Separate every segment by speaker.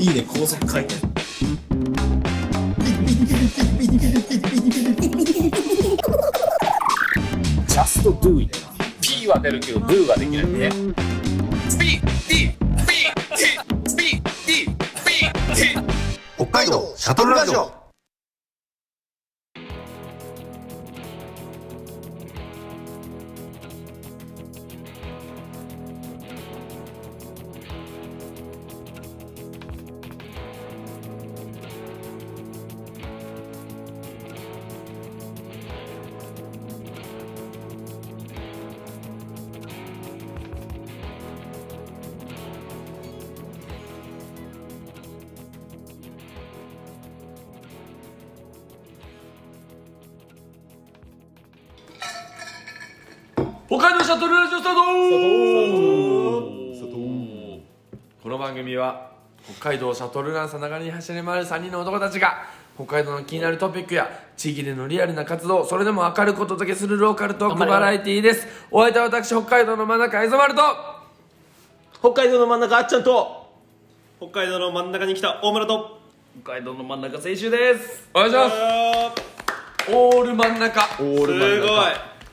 Speaker 1: いいね、工作書いてある。
Speaker 2: just do it P は出るけど do ができないね P D P T P D P T
Speaker 3: 北海道シャトルラジオ
Speaker 4: 北海道シャトルラジオスタートこの番組は北海道シャトルランさながらに走り回る3人の男たちが北海道の気になるトピックや地域でのリアルな活動それでも明るくお届けするローカルトークバラエティーですお相手は私北海道の真ん中磯丸と
Speaker 5: 北海道の真ん中あっちゃんと
Speaker 1: 北海道の真ん中に来た大村と。
Speaker 5: 北海道の真ん中青春です
Speaker 4: お願いします
Speaker 1: あ
Speaker 4: オール真ん中
Speaker 5: オ
Speaker 1: ー
Speaker 5: ー
Speaker 1: すごい。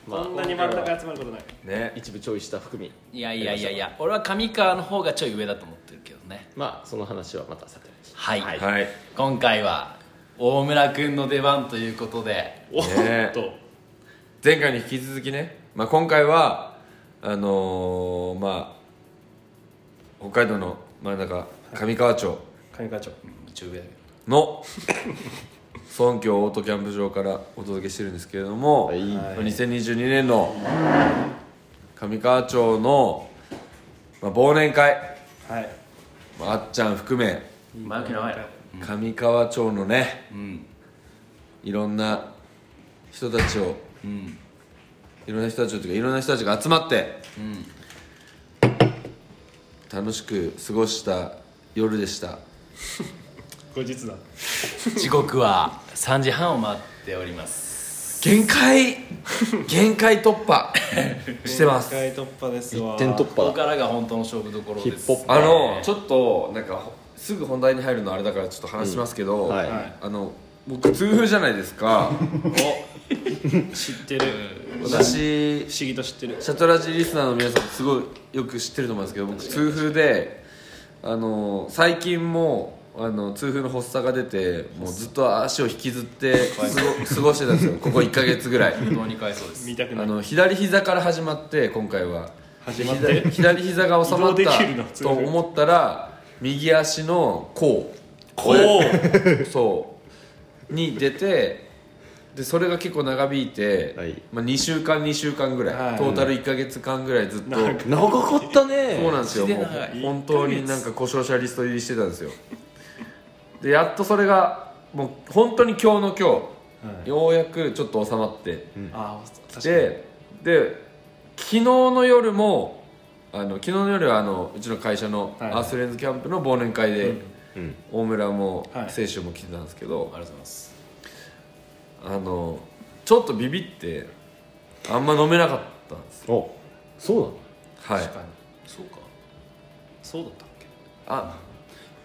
Speaker 5: まあ
Speaker 1: こんなに真ん中集まることない。
Speaker 4: ね
Speaker 5: 一部ちょいした含み
Speaker 6: いやいやいやいや俺は上川の方がちょい上だと思ってるけどね
Speaker 5: まあその話はまたさておき
Speaker 6: はい、
Speaker 4: はいね
Speaker 6: 今回は大村君の出番ということで
Speaker 1: おっと。
Speaker 4: 前回に引き続きね、まあ、今回はあのーまあ北海道の真ん中上川町
Speaker 1: 上川町。
Speaker 6: ちょい上だけど
Speaker 4: の村京オートキャンプ場からお届けしてるんですけれども、
Speaker 5: はい
Speaker 4: まあ2022年の上川町の、まあ、忘年会、
Speaker 1: はい。
Speaker 4: まあ、あっちゃん含め
Speaker 6: 前置き長いな
Speaker 4: 上川町のね、
Speaker 6: ん
Speaker 4: いろんな人たちを、いろんな人たちをというかいろんな人たちが集まって、楽しく過ごした夜でした
Speaker 1: 後日だ。
Speaker 6: 時刻は3時半を回っております
Speaker 4: 限 界限界突 破してます
Speaker 1: 世界突破ですわ。
Speaker 5: 点突
Speaker 6: ここ
Speaker 5: 破だ
Speaker 6: からが本当の勝負どころです
Speaker 5: ヒップホップ
Speaker 4: あのちょっとなんかすぐ本題に入るのあれだからちょっと話しますけど、
Speaker 5: うんはい
Speaker 4: あの僕痛風じゃないです か
Speaker 1: 知ってる。不
Speaker 4: 私
Speaker 1: 思議と知ってる。
Speaker 4: シャトラジリスナーの皆さんすごいよく知ってると思うんですけど僕痛風であの最近もあの痛風の発作が出てもうずっと足を引きずってすご過ごしてたんですよここ1か月ぐらい
Speaker 6: 本当に回そうです
Speaker 1: 見たくな
Speaker 4: あ
Speaker 1: い。
Speaker 4: の左膝から始まって今回は
Speaker 1: 始まって
Speaker 4: 左左膝が収まっ
Speaker 1: 移動できるの
Speaker 4: たと思ったら右足の甲
Speaker 1: おお。
Speaker 4: そうに出てでそれが結構長引いて、
Speaker 5: はい
Speaker 4: まあ、2週間2週間ぐらい、
Speaker 1: はい
Speaker 4: トータル1か月間ぐらいずっと
Speaker 1: なん
Speaker 5: 長かった
Speaker 4: そう
Speaker 5: ね
Speaker 4: なんですよ
Speaker 6: マジで
Speaker 4: もう
Speaker 6: 長い
Speaker 4: 本当になんか故障者リスト入りしてたんですよでやっとそれがもう本当に今日の今日、
Speaker 1: はい
Speaker 4: ようやくちょっと収まって、
Speaker 1: あー、確かに。
Speaker 4: でで昨日の夜もあの昨日の夜はあのうちの会社の
Speaker 1: はい
Speaker 4: アースレンズキャンプの忘年会で、
Speaker 5: うん
Speaker 4: 大村も
Speaker 1: はい
Speaker 4: 清州も来てたんですけど、
Speaker 6: ありがとうございます
Speaker 4: あのちょっとビビってあんま飲めなかったんです
Speaker 5: おそうなの
Speaker 4: はい
Speaker 6: そうか
Speaker 1: そうだったっけ。
Speaker 4: あ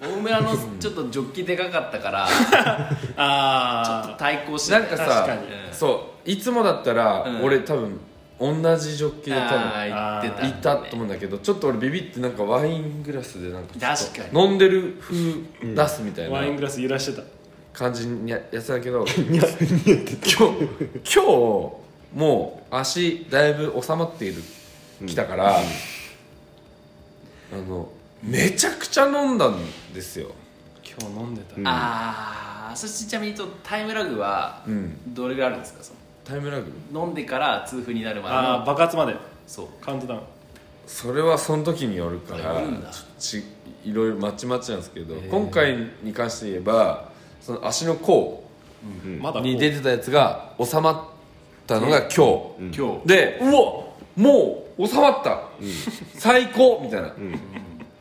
Speaker 6: 大村のちょっとジョッキでかかったから
Speaker 1: あ
Speaker 6: 対抗して
Speaker 4: なんか
Speaker 1: 確
Speaker 4: さ
Speaker 1: かに
Speaker 4: そういつもだったら、
Speaker 6: うん
Speaker 4: 俺多分同じジョッキで多分
Speaker 6: あー言ってた
Speaker 4: いたと思うんだけどちょっと俺ビビってなんかワイングラスでなんか
Speaker 6: 確かに
Speaker 4: 飲んでる風出すみた
Speaker 1: あ。
Speaker 4: いな
Speaker 1: ワイングラス揺らしてた。
Speaker 4: 感じ にややってたけど今日今日もう足だいぶ収まっているきたから、あのめちゃくちゃ飲んだんですよ
Speaker 1: 今日飲んでた。
Speaker 6: ああそしてちなみに言うとタイムラグは
Speaker 4: うん
Speaker 6: どれぐらいあるんですかそ
Speaker 4: タイムラグ
Speaker 6: の飲んでから痛風になるまで
Speaker 1: ああ、
Speaker 6: の
Speaker 1: 爆発まで。
Speaker 6: そう
Speaker 1: カウントダウン。
Speaker 4: それはその時によるから
Speaker 6: あよるんだ
Speaker 4: ちいろいろまちまちなんですけど今回に関して言えばその足の甲
Speaker 1: まだこう
Speaker 4: に出てたやつが収まったのが今日、
Speaker 6: 今日
Speaker 4: でうわもう収まった、最高みたいな、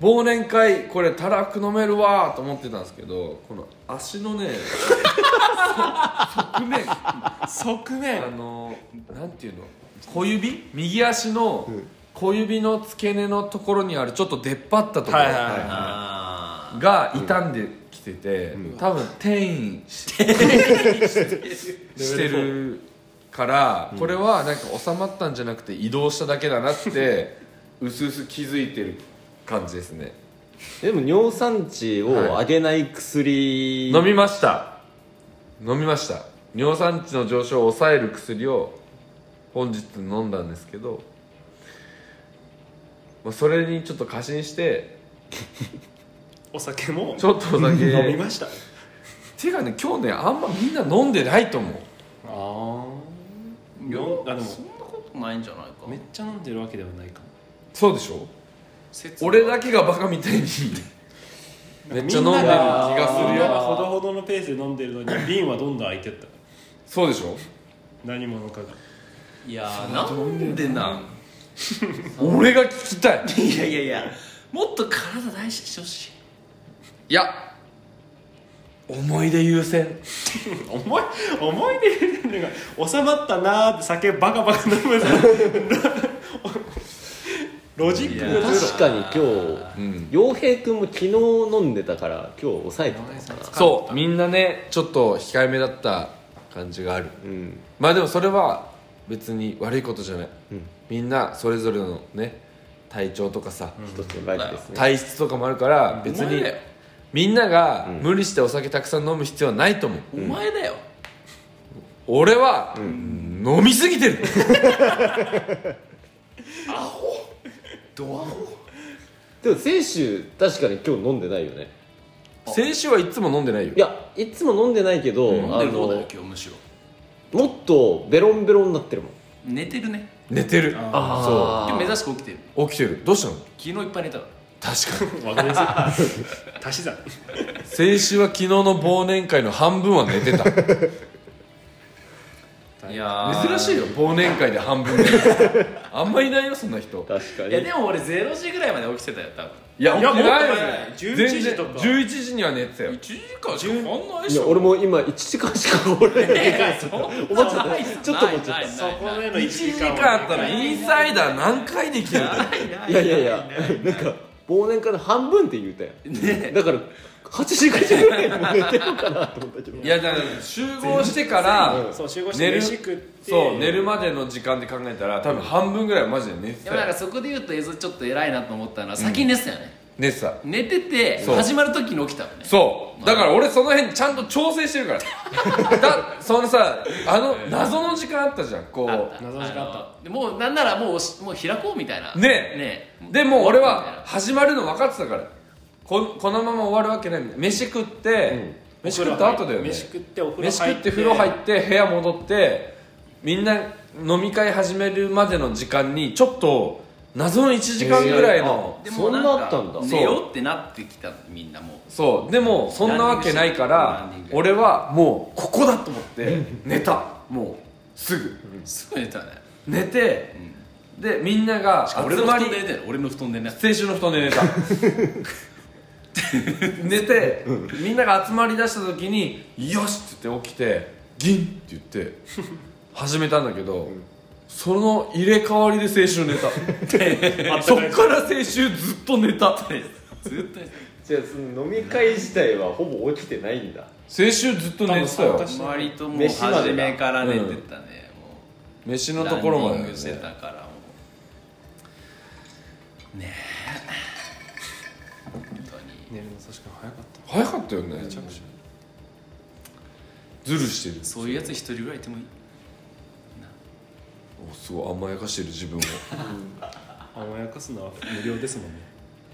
Speaker 4: 忘年会これたらく飲めるわーと思ってたんですけどこの足のね側面
Speaker 1: 側
Speaker 4: あ
Speaker 1: 面
Speaker 4: のなんていうの小指右足の小指の付け根のところにあるちょっと出っ張ったところ、
Speaker 1: はいはいはい
Speaker 6: あ
Speaker 4: が傷んできてて、多分転移ししてるからこれはなんか収まったんじゃなくて移動しただけだ なって薄々気づいてる感じですね
Speaker 5: でも尿酸値を上げない薬、
Speaker 4: 飲みました飲みました尿酸値の上昇を抑える薬を本日飲んだんですけど、まあ、それにちょっと過信して
Speaker 1: お酒も
Speaker 4: ちょっとだけ
Speaker 1: 飲みました
Speaker 4: ていうかね今日ねあんまみんな飲んでないと思う
Speaker 1: ああよあでも
Speaker 6: ないんじゃないか
Speaker 1: めっちゃ飲んでるわけではないかも
Speaker 4: そうでしょ
Speaker 6: 節
Speaker 4: 俺だけがバカみたいにめっちゃ飲んでる気がす
Speaker 1: みん
Speaker 4: る
Speaker 1: なが
Speaker 4: よ
Speaker 1: ほどほどのペースで飲んでるのに瓶はどんどん開いてった
Speaker 4: そうでしょ
Speaker 1: 何者かが
Speaker 6: いやーなんでなん
Speaker 4: 俺が聞きたい
Speaker 6: いやいやいやもっと体大事にしてほしい
Speaker 4: いや思い出優先
Speaker 1: 思い思い出が収まったなーって酒バカバカ飲むロジックがゼロ
Speaker 5: 確かに今日、
Speaker 4: ん
Speaker 5: 洋平君も昨日飲んでたから今日抑えてたのかな
Speaker 4: そうみんなねちょっと控えめだった感じがある
Speaker 5: うん
Speaker 4: まあでもそれは別に悪いことじゃない、みんなそれぞれのね体調とかさ、
Speaker 5: 一つの大事ですね
Speaker 4: 体質とかもあるから別
Speaker 6: お前
Speaker 4: に
Speaker 6: だよ
Speaker 4: みんなが無理してお酒たくさん飲む必要はないと思う、
Speaker 6: お前だよ
Speaker 4: 俺は、飲みすぎてる
Speaker 6: ドア
Speaker 5: でも清酒確かに今日飲んでないよね
Speaker 4: 先週はいつも飲んでないよ
Speaker 5: いやいつも飲んでないけど、
Speaker 6: 飲ん
Speaker 5: あ
Speaker 6: でる方だよ
Speaker 5: の
Speaker 6: 今日むしろ
Speaker 5: もっとベロンベロンになってるもん
Speaker 6: 寝てるね
Speaker 4: 寝てる
Speaker 6: 今日目指して起きてる
Speaker 4: 起きてるどうしたの
Speaker 6: 昨日いっぱい寝たから
Speaker 4: 確かに
Speaker 1: わかりやすい足し算
Speaker 4: 先週は昨日の忘年会の半分は寝てた
Speaker 6: いやー
Speaker 4: 珍しいよ忘年会で半分寝て たあんまいないよそんな人
Speaker 5: 確か
Speaker 6: いやでも俺0時ぐらいまで起きてたよ多分
Speaker 4: いや、
Speaker 1: いや
Speaker 4: 起きてないよ
Speaker 1: もっと早い
Speaker 4: ね
Speaker 1: 11
Speaker 4: 全然
Speaker 1: 時とか
Speaker 4: 11時には寝てたよ
Speaker 6: 1時間しか変わんないで
Speaker 5: い
Speaker 6: し
Speaker 5: や
Speaker 6: ょ
Speaker 5: 俺も今1時間しか俺
Speaker 6: 思っちゃった
Speaker 5: ちょっと思っちゃった
Speaker 6: ないないない
Speaker 1: そこでの1
Speaker 4: 1
Speaker 1: 時
Speaker 4: 時
Speaker 1: 間
Speaker 4: 間あったら
Speaker 1: ね
Speaker 4: インサイダー何回できるの
Speaker 5: いやいやいやなんか忘年会の半分って言うたやん、だから8時9時ぐらいも寝てるかなと思ったけど
Speaker 4: いやだから集合してから
Speaker 1: そう集合して
Speaker 4: 寝る
Speaker 1: 飯食って
Speaker 4: そう寝るまでの時間で考えたら多分半分ぐらいはマジで寝て
Speaker 6: で
Speaker 4: た
Speaker 6: もなん
Speaker 4: よ
Speaker 6: かそこで言うと映像ちょっと偉いなと思ったのは先に寝てたよね、
Speaker 4: 寝てた
Speaker 6: 寝てて
Speaker 4: そう
Speaker 6: 始まる時に起きたのね
Speaker 4: そうだから俺その辺ちゃんと調整してるからだそのさあの謎の時間あったじゃんこ
Speaker 1: 謎の時間あった
Speaker 6: たでもうなんならもう押しもう開こうみたいな
Speaker 4: ねえ
Speaker 6: ね
Speaker 4: うでもう俺は始まるの分かってたからここのまま終わるわけないみたいな飯食って、飯食った後だよね
Speaker 1: 飯食ってお風呂
Speaker 4: 飯
Speaker 1: 入
Speaker 4: 食
Speaker 1: っ
Speaker 4: ってて風呂入って部屋戻ってみんな飲み会始めるまでの時間にちょっと謎の1時間ぐらいの
Speaker 5: あ
Speaker 6: で
Speaker 5: そ
Speaker 6: も
Speaker 5: んな
Speaker 6: なん
Speaker 5: あった
Speaker 6: か
Speaker 5: んだ
Speaker 6: 寝ようってなってきたみんなもう
Speaker 4: そうでもそんなわけないか
Speaker 6: ラン
Speaker 4: ら
Speaker 6: ニングして
Speaker 4: 俺はもうここだと思って寝たもうすぐ
Speaker 6: すごい寝たね
Speaker 4: 寝てでみんなが
Speaker 6: 俺
Speaker 4: 集
Speaker 6: の布
Speaker 4: ま
Speaker 6: 団
Speaker 4: り
Speaker 6: で寝てる俺の布団で寝て
Speaker 4: 先週の布団で寝た 寝てみんなが集まりだした時に「よし!」って言って起きて「ギン!」って言って始めたんだけど、その入れ替わりで青春寝たそっから青春ずっと寝た青春
Speaker 6: ずっと寝て
Speaker 5: じゃあその飲み会自体はほぼ起きてないんだ
Speaker 4: ずっと
Speaker 1: 多
Speaker 4: 寝てた
Speaker 1: 分参
Speaker 4: よ
Speaker 1: 加して
Speaker 6: た割ともう
Speaker 5: 飯までだ
Speaker 6: 初めから寝てたね、
Speaker 4: 飯
Speaker 6: も
Speaker 4: の
Speaker 6: う
Speaker 4: ところま
Speaker 6: ラ
Speaker 4: で、
Speaker 6: ンニン
Speaker 4: ね
Speaker 6: グ、してたからもうねえ本当に
Speaker 1: 寝るの確かに早かっ
Speaker 4: 早かったよねズルしてる
Speaker 6: そういうやつ一人ぐらいいてもいい
Speaker 4: おすごい甘やかしてる自分を
Speaker 1: た甘やかすのは無料ですもん ね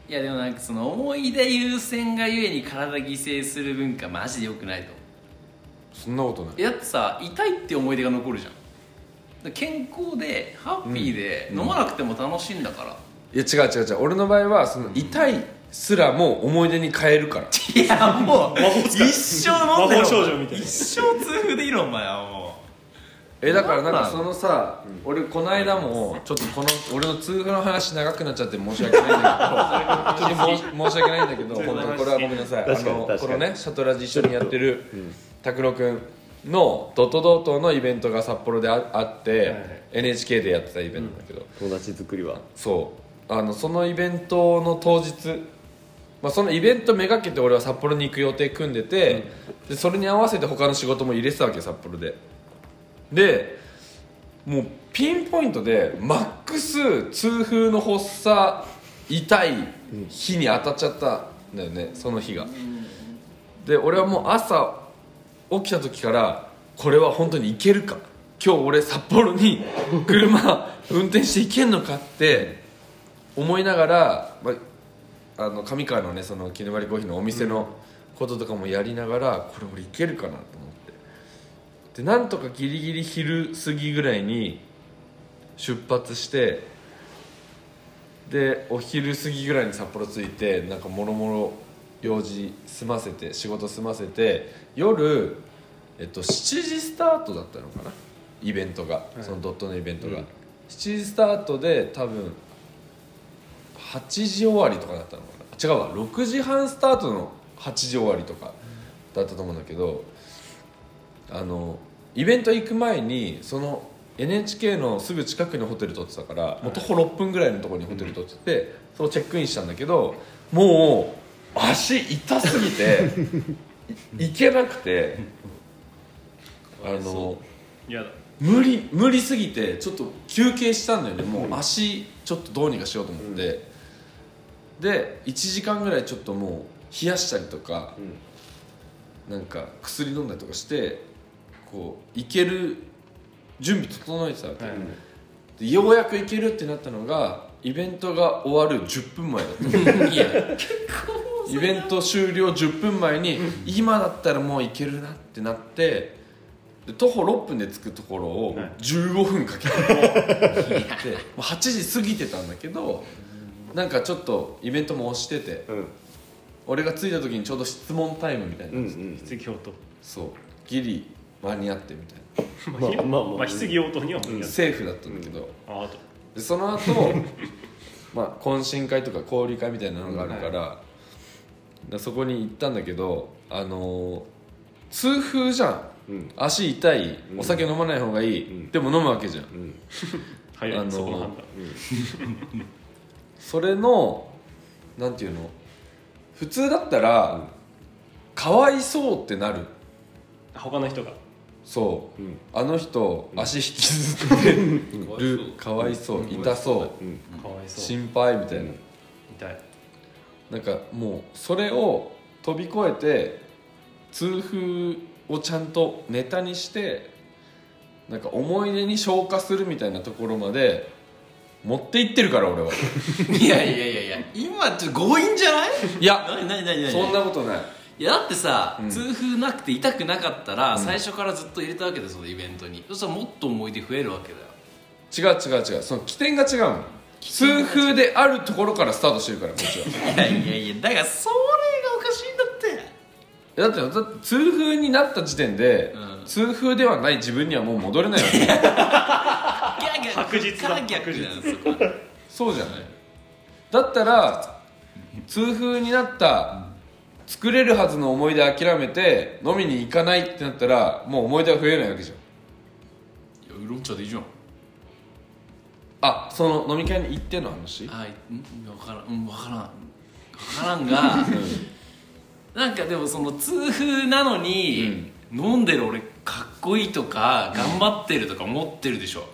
Speaker 6: いやでもなんかその思い出優先がゆえに体犠牲する文化マジでよくないと思
Speaker 4: そんなことないう
Speaker 6: いやだってさ痛いって思い出が残るじゃんだから健康でハッピーで、飲まなくても楽しいんだから、
Speaker 4: いや違う違う違う俺の場合はその痛いすらも思い出に変える から
Speaker 6: いやもう 一生飲んで
Speaker 1: 魔
Speaker 6: ろ
Speaker 1: 法少女みたいな
Speaker 6: 一生痛風でいいろお前はも
Speaker 4: えだからなんかそのさ俺この間もちょっとこの俺の痛風の話長くなっちゃって申し訳ないんだけ どちょっと申し訳ないんだけど本当にこれはごめんなさいあ
Speaker 5: 確かに
Speaker 4: の
Speaker 5: 確か
Speaker 4: こ
Speaker 5: に
Speaker 4: のねシャトラジ一緒にやってる拓郎君のドトドトのイベントが札幌でああって、NHK でやってたイベントだけど、
Speaker 5: 友達作りは
Speaker 4: そうあのそのイベントの当日まあ、そのイベントめがけて俺は札幌に行く予定組んでて、でそれに合わせて他の仕事も入れてたわけよ札幌ででもうピンポイントでマックス痛風の発作痛い日に当たっちゃったんだよねその日がで俺はもう朝起きた時からこれは本当に行けるか今日俺札幌に車運転して行けんのかって思いながら、まあ、あの上川のねそのキネマリコーヒーのお店のこととかもやりながらこれ俺行けるかなと思ってでなんとかギリギリ昼過ぎぐらいに出発してでお昼過ぎぐらいに札幌着いてなんかもろもろ用事済ませて仕事済ませて夜、えっと、7時スタートだったのかなイベントが、そのドットのイベントが、7時スタートで多分8時終わりとかだったのかな違うわ6時半スタートの8時終わりとかだったと思うんだけどあのイベント行く前にその NHK のすぐ近くにホテル取ってたからもう徒歩6分ぐらいのところにホテル取ってて、そのチェックインしたんだけどもう足痛すぎてい行けなくてあの
Speaker 1: 嫌だ
Speaker 4: 無理無理すぎてちょっと休憩したんだよねもう足ちょっとどうにかしようと思って、で1時間ぐらいちょっともう冷やしたりとか、なんか薬飲んだりとかしてこう行ける準備整えてたわけ、
Speaker 1: はい
Speaker 4: でようやく行けるってなったのがイベントが終わる10分前だったいやイベント終了10分前に今だったらもう行けるなってなってで徒歩6分で着くところを
Speaker 1: はい
Speaker 4: 15分かけて行って もう8時過ぎてたんだけどなんかちょっとイベントも押してて
Speaker 5: うん
Speaker 4: 俺が着いた時にちょうど質問タイムみたいな
Speaker 5: うんうん
Speaker 4: のが
Speaker 1: 質疑応答
Speaker 4: そうギリ間に合ってみたい
Speaker 1: まあ
Speaker 5: まあまあまあ
Speaker 1: まあ質疑応答には間に
Speaker 4: な
Speaker 1: 合っ
Speaker 4: セーフだったんだけど、
Speaker 1: たああと
Speaker 4: でそ の後まあ懇親会とか交流会みたいなのがあるから,、そこに行ったんだけどあのー痛風じゃ
Speaker 5: う
Speaker 4: ん、
Speaker 5: ん
Speaker 4: 足痛いお酒飲まない方がいい、
Speaker 5: うん
Speaker 4: でも飲むわけじゃん、
Speaker 5: うん
Speaker 1: 早い、
Speaker 4: あのー
Speaker 1: そこの判断
Speaker 4: それのなんていうの普通だったら、かわいそうってなる
Speaker 1: 他の人が
Speaker 4: そう、
Speaker 5: うん
Speaker 4: あの人足引きずってる、かわいそう、痛そう、
Speaker 5: うん
Speaker 1: かわいそう
Speaker 4: 心配みたいな、
Speaker 5: うん
Speaker 1: 痛い
Speaker 4: なんかもうそれを飛び越えて痛風をちゃんとネタにしてなんか思い出に消化するみたいなところまで持っていってるから俺 は
Speaker 6: いやいやいやいや今ちょっと強引じゃない
Speaker 4: いや
Speaker 6: なになになになに
Speaker 4: そんなことない
Speaker 6: いやだってさ、
Speaker 4: うん
Speaker 6: 痛風なくて痛くなかったら、最初からずっと入れたわけですよイベントにそしたらもっと思い出増えるわけだ
Speaker 4: 違
Speaker 6: よ
Speaker 4: う違う違うその起点が違うの痛風であるところからスタートしてるからこっちは
Speaker 6: いやいやいやだからそれがおかしいんだって
Speaker 4: だってだって痛風になった時点で、
Speaker 6: うん
Speaker 4: 痛風ではない自分にはもう戻れないわ け
Speaker 6: ギャーギャー
Speaker 1: 白日だ
Speaker 6: ギャーギャー
Speaker 1: 白日
Speaker 6: じゃんそこは
Speaker 4: そうじゃないだったら痛風になった作れるはずの思い出諦めて飲みに行かないってなったらもう思い出は増えないわけじゃん
Speaker 6: いやウーロン茶でいいじゃん
Speaker 4: あその飲み会に行っての話
Speaker 6: はいん分からんうん分からん分からんがなんかでもその痛風なのに、飲んでる俺かっこいいとか頑張ってるとか思ってるでしょ、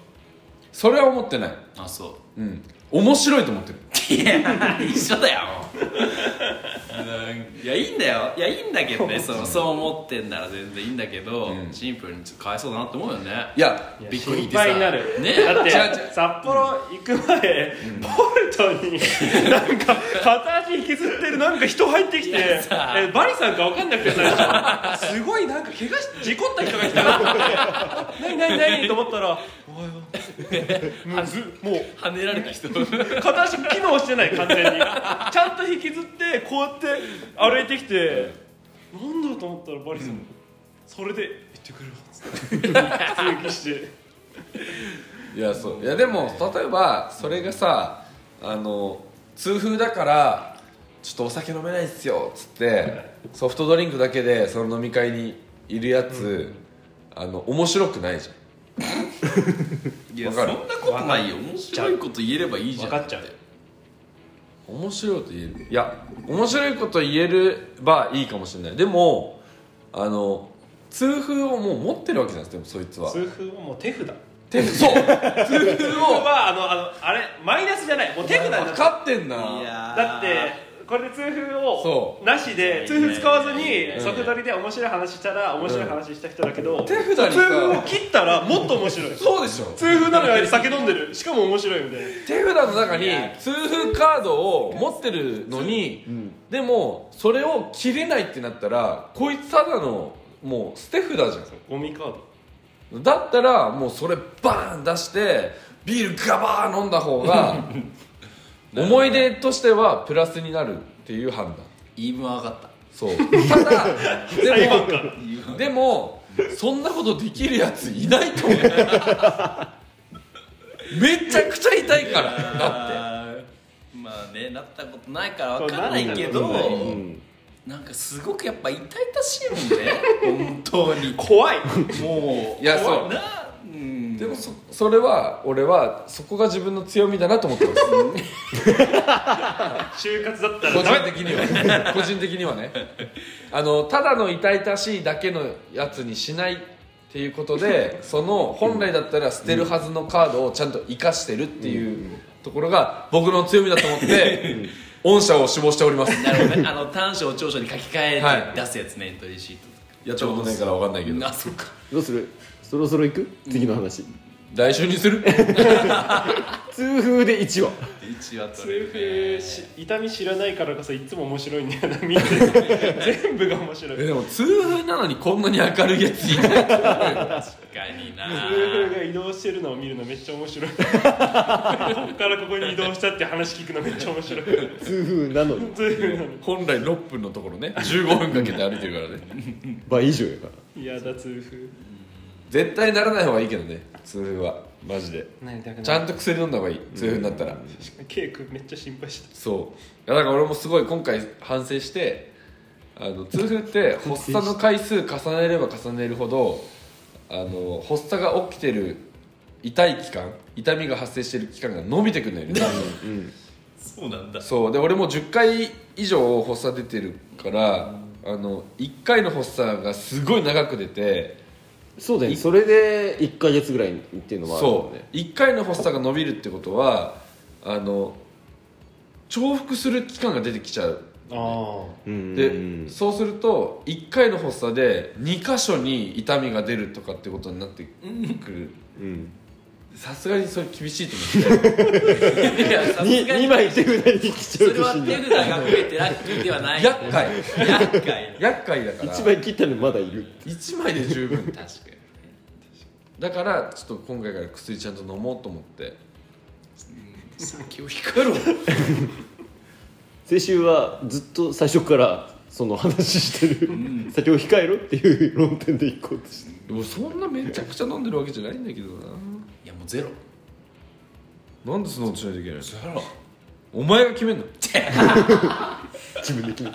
Speaker 4: それは思ってない
Speaker 6: あそ
Speaker 4: うん面白いと思ってる
Speaker 6: ういや一緒だよもうなんいやいいんだよいやいいんだけどねそのそう思ってんなら全然いいんだけど、
Speaker 4: うん
Speaker 6: シンプルにちょっとかわいそうだなって思うよね
Speaker 4: いや
Speaker 6: びっくり
Speaker 1: 心配になる、
Speaker 6: ね
Speaker 1: だって
Speaker 4: 違う違う
Speaker 1: 札幌行く前、ボルトになんか片足引きずってるなんか人入ってきて
Speaker 6: いやさ
Speaker 1: えバリさんか分かんなくて最初すごいなんか怪我し事故った人が来た な何何何と思ったらおいおいもうずもう
Speaker 6: 跳ねられた人
Speaker 1: 片足機能してない完全にちゃんと引きずってこうやって歩いてきてなんだと思ったらバリさん、それで行ってくるわっつって通気して
Speaker 4: いやそういやでも例えばそれがさあの痛風だからちょっとお酒飲めないっすよっつってソフトドリンクだけでその飲み会にいるやつ、あの面白くないじゃん
Speaker 6: いや
Speaker 4: わ
Speaker 6: そ
Speaker 4: か
Speaker 6: ん
Speaker 4: る
Speaker 6: なことないよ面白いこと言えればいいじゃん
Speaker 1: 分かっちゃう
Speaker 6: だて
Speaker 4: 面白いこと言えるいや面白いこと言えればいいかもしれないでもあの痛風をもう持ってるわけじゃないですかでもそいつは
Speaker 1: 痛風はもう手札
Speaker 4: 痛風そう痛風
Speaker 1: 僕
Speaker 4: を
Speaker 1: はあのあのあれマイナスじゃないもう手札だ
Speaker 4: 分かってんない
Speaker 6: やー
Speaker 1: だってこれで痛風
Speaker 4: そ
Speaker 1: をなしで痛風使わずに即取りで面白い話したら面白い話した人だけど
Speaker 4: 手
Speaker 1: 痛
Speaker 4: 札にさ
Speaker 1: 風を切ったらもっと面白い痛
Speaker 4: そうでしょ
Speaker 1: 風なのにあいつ酒飲んでるしかも面白いみたいな
Speaker 4: 手札の中に痛風カードを持ってるのに、でもそれを切れないってなったらこいつただのもう捨て札じゃん
Speaker 1: ゴミカード
Speaker 4: だったらもうそれバーン出してビールガバーン飲んだ方が思い出としてはプラスになるっていう判断
Speaker 6: 言い分分かった
Speaker 4: そうただ
Speaker 1: 裁
Speaker 4: で
Speaker 1: 判官
Speaker 4: もでもそんなことできるやついないと思うめちゃくちゃ痛いからだっ
Speaker 6: ってまあねなったことないから分からないけ
Speaker 1: そう
Speaker 6: ど
Speaker 1: なったことな
Speaker 6: なんかすごくやっぱ痛々しいもんね本当に
Speaker 1: 怖い
Speaker 6: もう
Speaker 4: いやそう
Speaker 6: なうん
Speaker 4: てでもそそれは俺はそこが自分の強みだなと思って ます
Speaker 1: 就活だったらダ
Speaker 4: 個人
Speaker 1: メ
Speaker 4: 的には 個人的にはねあのただの痛々しいだけのやつにしないっていうことでその本来だったら捨てるはずのカードをちゃんと生かしてるっていうところが僕の強みだと思って御社を志望しております
Speaker 6: なるほどねあの短所を長所に書き換
Speaker 4: は
Speaker 6: え
Speaker 4: い
Speaker 6: て出すやつねエントリーシート
Speaker 4: やったことないから分かんないけど
Speaker 6: あそっか
Speaker 5: どうするそろそろ行く次の話
Speaker 4: 来週にする
Speaker 5: 痛風で1話
Speaker 6: 一話取れ
Speaker 1: 痛
Speaker 6: る
Speaker 1: 風し痛み知らないからこそいつも面白いんだよなみんな全部が面白い
Speaker 4: え
Speaker 1: 痛
Speaker 4: でも痛風なのにこんなに明るいやついない
Speaker 6: 確かにな
Speaker 1: 風が移動してるのを見るのめっちゃ面白いここからここに移動したって話聞くのめっちゃ面白い
Speaker 5: 痛風なのに
Speaker 1: 痛風なの
Speaker 4: 本来6分のところね15分かけて歩いてるからね
Speaker 5: 倍以上やから
Speaker 1: 嫌だ痛
Speaker 4: 絶対ならない方がいいけどね痛風はマジで
Speaker 1: 風なりたく
Speaker 4: ちゃんと薬飲んだ方がいい痛風になったら
Speaker 1: ケイ君めっちゃ心配した
Speaker 4: そういやだから俺もすごい今回反省してあの痛風って発作の回数重ねれば重ねるほどあの発作が起きてる痛い期間痛みが発生してる期間が伸びてくるのよね
Speaker 6: そうなんだ
Speaker 4: そうで俺もう10回以上発作出てるからあの1回の発作がすごい長く出て
Speaker 5: そうだよねそれで1か月ぐらいっていうのもあるも
Speaker 4: そ
Speaker 5: んね
Speaker 4: う1回の発作が伸びるってことはあの重複する期間が出てきちゃう
Speaker 1: あ
Speaker 5: うん
Speaker 4: で、
Speaker 5: うん
Speaker 4: そうすると1回の発作で2箇所に痛みが出るとかってことになってくる
Speaker 5: うん
Speaker 4: さすがにそれ厳しいと思って
Speaker 6: いやさすがに
Speaker 5: 2枚手札に来ち
Speaker 6: そ
Speaker 5: ゃう
Speaker 6: れ
Speaker 5: と
Speaker 6: は
Speaker 5: 死ん
Speaker 6: 手
Speaker 5: だ
Speaker 6: 札が増えてラッキーではない
Speaker 4: 厄介
Speaker 6: 厄介
Speaker 4: 厄介だから
Speaker 5: 1枚切ったのまだいる
Speaker 4: 1枚で十分
Speaker 6: 確かに
Speaker 4: だからちょっと今回から薬ちゃんと飲もうと思って
Speaker 6: 先を光ろう
Speaker 5: 先週はずっと最初からその話してる、酒を控えろっていう論点でいこうとして
Speaker 4: でもそんなめちゃくちゃ飲んでるわけじゃないんだけど
Speaker 6: いやもうゼロ
Speaker 4: ななんでそんなことしないといけないのお前が決めんの
Speaker 5: 自分で決め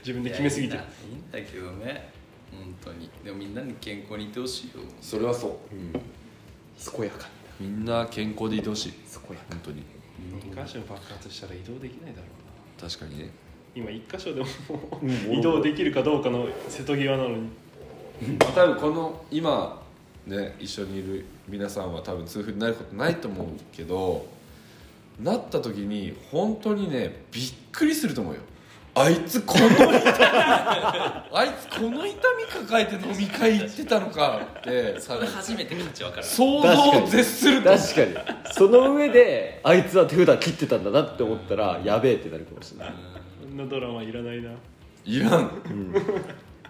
Speaker 1: 自分で決めすぎて
Speaker 6: いやいいんだいいんだけどね本当にでもみんなに健康にいてほしいよ
Speaker 4: それはそう、
Speaker 5: 健やか
Speaker 4: みんな健康でいてほしい
Speaker 5: 健や
Speaker 4: 本当に
Speaker 1: 2箇所爆発したら移動できないだろうな
Speaker 4: 確かにね
Speaker 1: 今1箇所でも移動できるかどうかの瀬戸際なのに
Speaker 4: 多分この今ね一緒にいる皆さんは多分痛風になることないと思うけどなった時に本当にねびっくりすると思うよあいつこの痛みあいつこの痛み抱えて飲み会行ってたのかって
Speaker 6: それ初めて価値分かる
Speaker 4: 想像を絶すると思う
Speaker 5: 確かにその上であいつは手札切ってたんだなって思ったらやべえってなるかもしれない
Speaker 1: こんなドラマいらないない
Speaker 4: らん、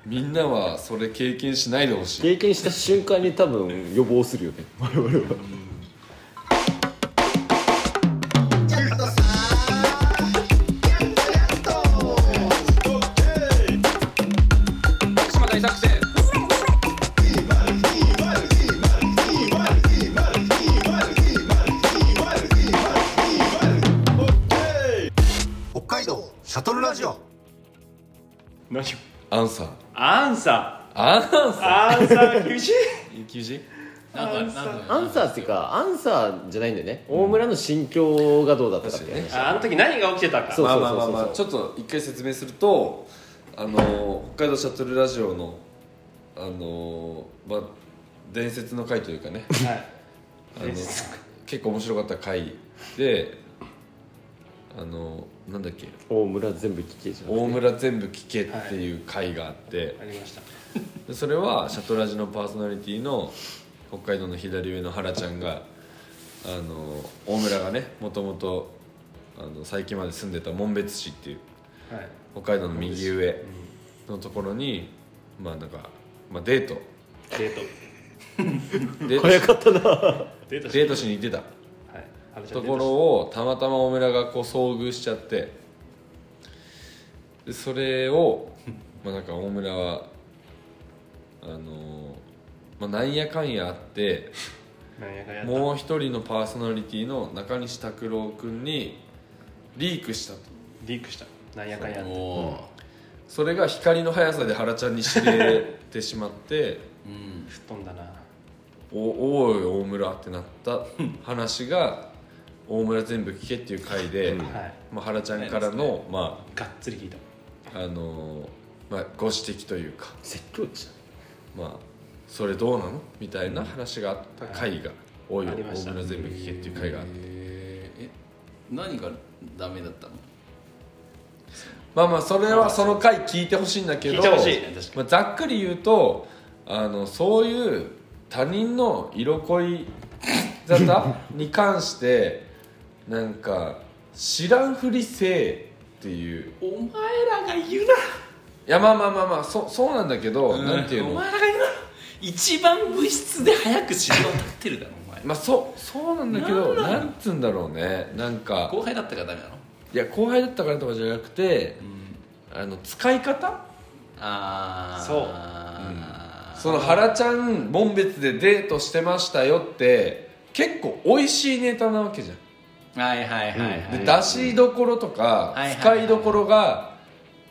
Speaker 4: みんなはそれ経験しないでほしい
Speaker 5: 経験した瞬間に多分予防するよね我々は
Speaker 7: ちょっとさやっとやっと
Speaker 2: 福島大作戦
Speaker 3: 北海道シャトルラジオ
Speaker 1: 何を
Speaker 4: アンサー
Speaker 1: アンサ
Speaker 4: アンサ
Speaker 1: ーアンサー厳しい
Speaker 4: ー厳しい
Speaker 6: なんかなんか
Speaker 5: アンサーっていうかアンサーじゃないんだよね大村の心境がどうだったかっていう話
Speaker 1: ああの時何が起きてたか
Speaker 5: そう
Speaker 4: まあまあまあまあちょっと一回説明するとあの北海道シャトルラジオのあのまあ伝説の回というかね
Speaker 1: はい
Speaker 4: あの結構面白かった回であのなんだっけ
Speaker 5: 大村全部聞けじゃん
Speaker 4: 大村全部聞けっていう回があって、
Speaker 1: ありました
Speaker 4: でそれはシャトラジのパーソナリティの北海道の左上のハラちゃんがあの大村がねもともとあの最近まで住んでた紋別市っていう
Speaker 1: はい
Speaker 4: 北海道の右上のところにまあなんか、まあ、デート
Speaker 1: デート
Speaker 4: デートし
Speaker 1: デートし
Speaker 4: デートしに行ってた
Speaker 1: はい話し合
Speaker 4: と
Speaker 1: って
Speaker 4: ころをたまたま大村がこう遭遇しちゃってでそれ をまあなんか大村はあのーまあ、なんやかんやあって
Speaker 1: なんやかんやった
Speaker 4: もう一人のパーソナリティの中西拓郎君にリークしたと
Speaker 1: リークしたなんやかんやった
Speaker 6: おー
Speaker 4: それが光の速さで原ちゃんに知れてしま って
Speaker 6: うん
Speaker 1: 吹っ飛んだな
Speaker 4: おおい大村ってなった話が「大村全部聞け」っていう回で、
Speaker 1: はい
Speaker 4: まあ、原ちゃんからの、まあ
Speaker 1: がっつり聞いた
Speaker 4: あのーまあ、ご指摘というか、
Speaker 5: 説教じ
Speaker 4: まあ、それどうなのみたいな話があった回が「おい
Speaker 1: あ
Speaker 4: よ
Speaker 1: りまし
Speaker 4: 大
Speaker 1: た
Speaker 4: 村全部聞け」っていう回があって
Speaker 6: えーえ何がダメだったの
Speaker 4: まあまあそれはその回聞いてほしいんだけど
Speaker 1: 聞いてほしい
Speaker 6: 確かに確か
Speaker 4: まあ、ざっくり言うとあのそういう他人の色恋沙汰に関してなんか知らんふりせえっていう
Speaker 6: にお前らが言うない
Speaker 4: やまあまあまあまあそそうなんだけど、なんていう
Speaker 6: お
Speaker 4: の
Speaker 6: 前らが言うな一番物質で早く知り渡ってるだろお前
Speaker 4: まあそうそうなんだけど
Speaker 6: なんな
Speaker 4: なんんつうんだろうねなんか
Speaker 6: 後輩だったからダメなの
Speaker 4: いや後輩だったからとかじゃなくて、あの使い方
Speaker 6: ああ
Speaker 1: そう
Speaker 4: その原ちゃん紋別でデートしてましたよって結構美味しいネタなわけじゃん
Speaker 6: はいはいはいはい、
Speaker 4: で出しどころとか
Speaker 6: はいはいはい
Speaker 4: 使いどころが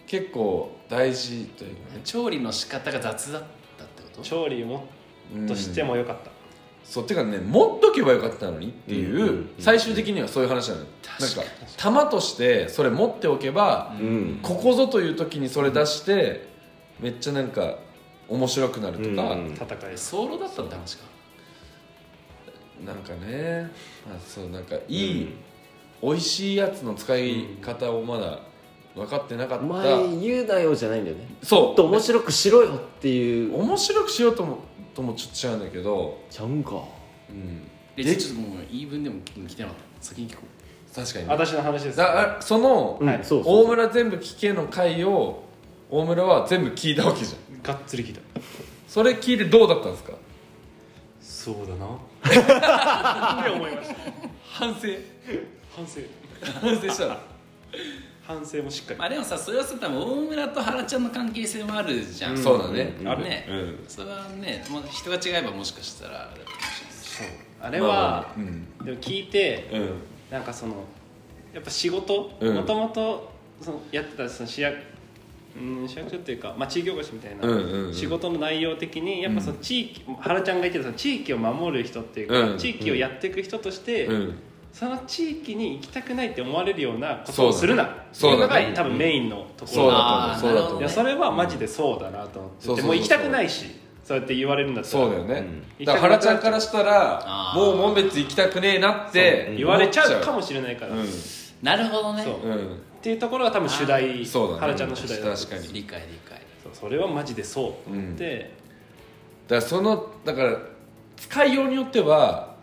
Speaker 4: 結構大事というかね
Speaker 6: 調理の仕方が雑だったってこと
Speaker 1: 調理もっとしてもよかった
Speaker 4: そうっていうかね持っとけばよかったのにっていう、最終的にはそういう話なのよなんか玉としてそれ持っておけ
Speaker 5: ゃ
Speaker 4: ば、
Speaker 5: んうん
Speaker 4: ここぞという時にそれ出して、めっちゃなんか面白くなるとか、
Speaker 5: うん
Speaker 1: 戦いです
Speaker 6: 早漏だったって話か
Speaker 4: なんかね、まあ、そうなんかいい、美味しいやつの使い方をまだ分かってなかっ
Speaker 5: お
Speaker 4: た、
Speaker 5: 前言うなよじゃないんだよねも
Speaker 4: そ
Speaker 5: っ
Speaker 4: う
Speaker 5: と面白くしろよっていう
Speaker 4: 面白くしようともともちょっと違うんだけど、
Speaker 5: ちゃうんか
Speaker 4: うん、
Speaker 6: えちょっともう言い分でも来てなかった先に聞こう
Speaker 4: 確かにね
Speaker 1: 私の話です
Speaker 4: だあその、
Speaker 5: うん
Speaker 1: はい
Speaker 5: そうそう
Speaker 4: 大村全部聞けの回を大村は全部聞いたわけじゃん
Speaker 1: がっつり聞いた
Speaker 4: それ聞いてどうだったんですか
Speaker 1: そうだな って思いました
Speaker 6: 反省
Speaker 1: 反省
Speaker 4: 反 省したの
Speaker 1: 反省もしっかり
Speaker 6: まあでもさそれはさ多分大村と原ちゃんの関係性もあるじゃん、
Speaker 4: そうだね
Speaker 6: あるね、
Speaker 4: うん
Speaker 6: それはね、まあ、人が違えばもしかしたらあれかもしれないし
Speaker 1: そうあれ
Speaker 4: まあ
Speaker 1: は
Speaker 4: まあうん
Speaker 1: でも聞いて
Speaker 4: うん
Speaker 1: なんかそのやっぱ仕事
Speaker 4: うん
Speaker 1: もともとそのやってたその市役うん市役所っていうか、まあ、地域おこしみたい
Speaker 4: うんうんう
Speaker 1: なん仕事の内容的にやっぱその地域、原ちゃんが言ってたその地域を守る人っていうか、
Speaker 4: うん
Speaker 1: 地域をやっていく人として、
Speaker 4: うん
Speaker 1: その地域に行きたくないって思われるようなことを
Speaker 4: そうだね
Speaker 1: するなっていうのが
Speaker 4: そうだね
Speaker 1: 多分メインのとこ
Speaker 4: そ
Speaker 1: ろ
Speaker 4: う
Speaker 1: だ
Speaker 4: だと思うそうだと
Speaker 6: あーなるほ
Speaker 1: い
Speaker 6: ど
Speaker 4: 思
Speaker 1: や
Speaker 4: う
Speaker 1: それはマジでそうだなと思って、
Speaker 4: そうそうそう
Speaker 1: でも行きたくないしそうやって言われるんだったら
Speaker 4: そうだよね、
Speaker 1: うん
Speaker 4: だから原ちゃんからしたら
Speaker 6: あー
Speaker 4: もう紋別行きたくねえなって
Speaker 1: 言われちゃ
Speaker 4: 思っ
Speaker 1: うかもしれないから、っ
Speaker 6: なるほどね
Speaker 1: そう
Speaker 4: うん、うん、
Speaker 1: ていうところが多分主題
Speaker 4: そうだね
Speaker 1: 原ちゃんの主題だと思う
Speaker 4: 確かに
Speaker 6: 理解理解
Speaker 1: そうそれはマジでそうと思って、
Speaker 4: だからそのだから使いようによっては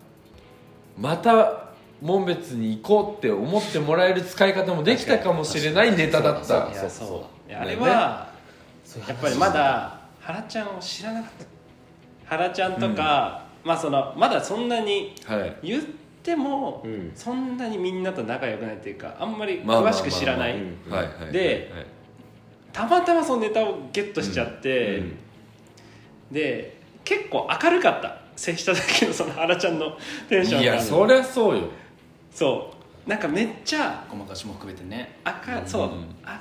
Speaker 4: また紋別に行こうって思ってもらえる使い方もできたかもしれないネタだっ
Speaker 6: 確か
Speaker 4: た
Speaker 6: に
Speaker 1: い
Speaker 6: そ
Speaker 1: や
Speaker 6: う
Speaker 1: そういやあ
Speaker 4: だ
Speaker 1: れ
Speaker 4: よね
Speaker 1: は、やっぱりまだ原ちゃんを知らなかった原ちゃんとか、まあそのまだそんなに
Speaker 4: はい
Speaker 1: 言っても、
Speaker 5: ん
Speaker 1: そんなにみんなと仲良くないっていうかあんまり
Speaker 4: まあまあまあ
Speaker 1: 詳しく知らない、
Speaker 5: うん
Speaker 4: はいはい
Speaker 1: で
Speaker 4: はい
Speaker 1: たまたまそのネタをゲットしちゃって、で結構明るかった接した時のその原ちゃんのテンション
Speaker 4: い
Speaker 1: が
Speaker 4: やそりゃそうよ
Speaker 1: そうなんかめっちゃ
Speaker 6: ごまかしも含めてね
Speaker 1: 明そう、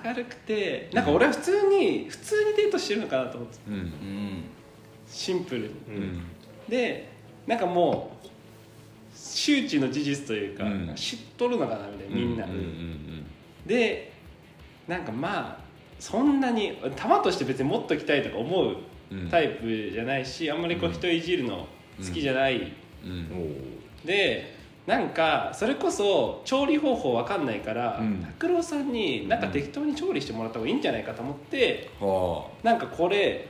Speaker 1: 明るくてなんか俺は普通に普通にデートしてるのかなと思って
Speaker 4: うん
Speaker 6: うん
Speaker 1: シンプルに、
Speaker 4: うん
Speaker 1: でなんかもう周知の事実というか、
Speaker 4: うん
Speaker 1: 知っとるのかなみたいなみんな、
Speaker 4: うんうんうん
Speaker 1: でなんかまあそんなに球として別に持っときたいとか思う
Speaker 4: うん
Speaker 1: タイプじゃないし、あんまりこう人いじるの好きじゃない、
Speaker 4: うん
Speaker 1: でなんかそれこそ調理方法わかんないから
Speaker 4: うん
Speaker 1: 拓郎、さんになんか適当に調理してもらった方がいいんじゃないかと思って、
Speaker 4: は
Speaker 1: なんかこれ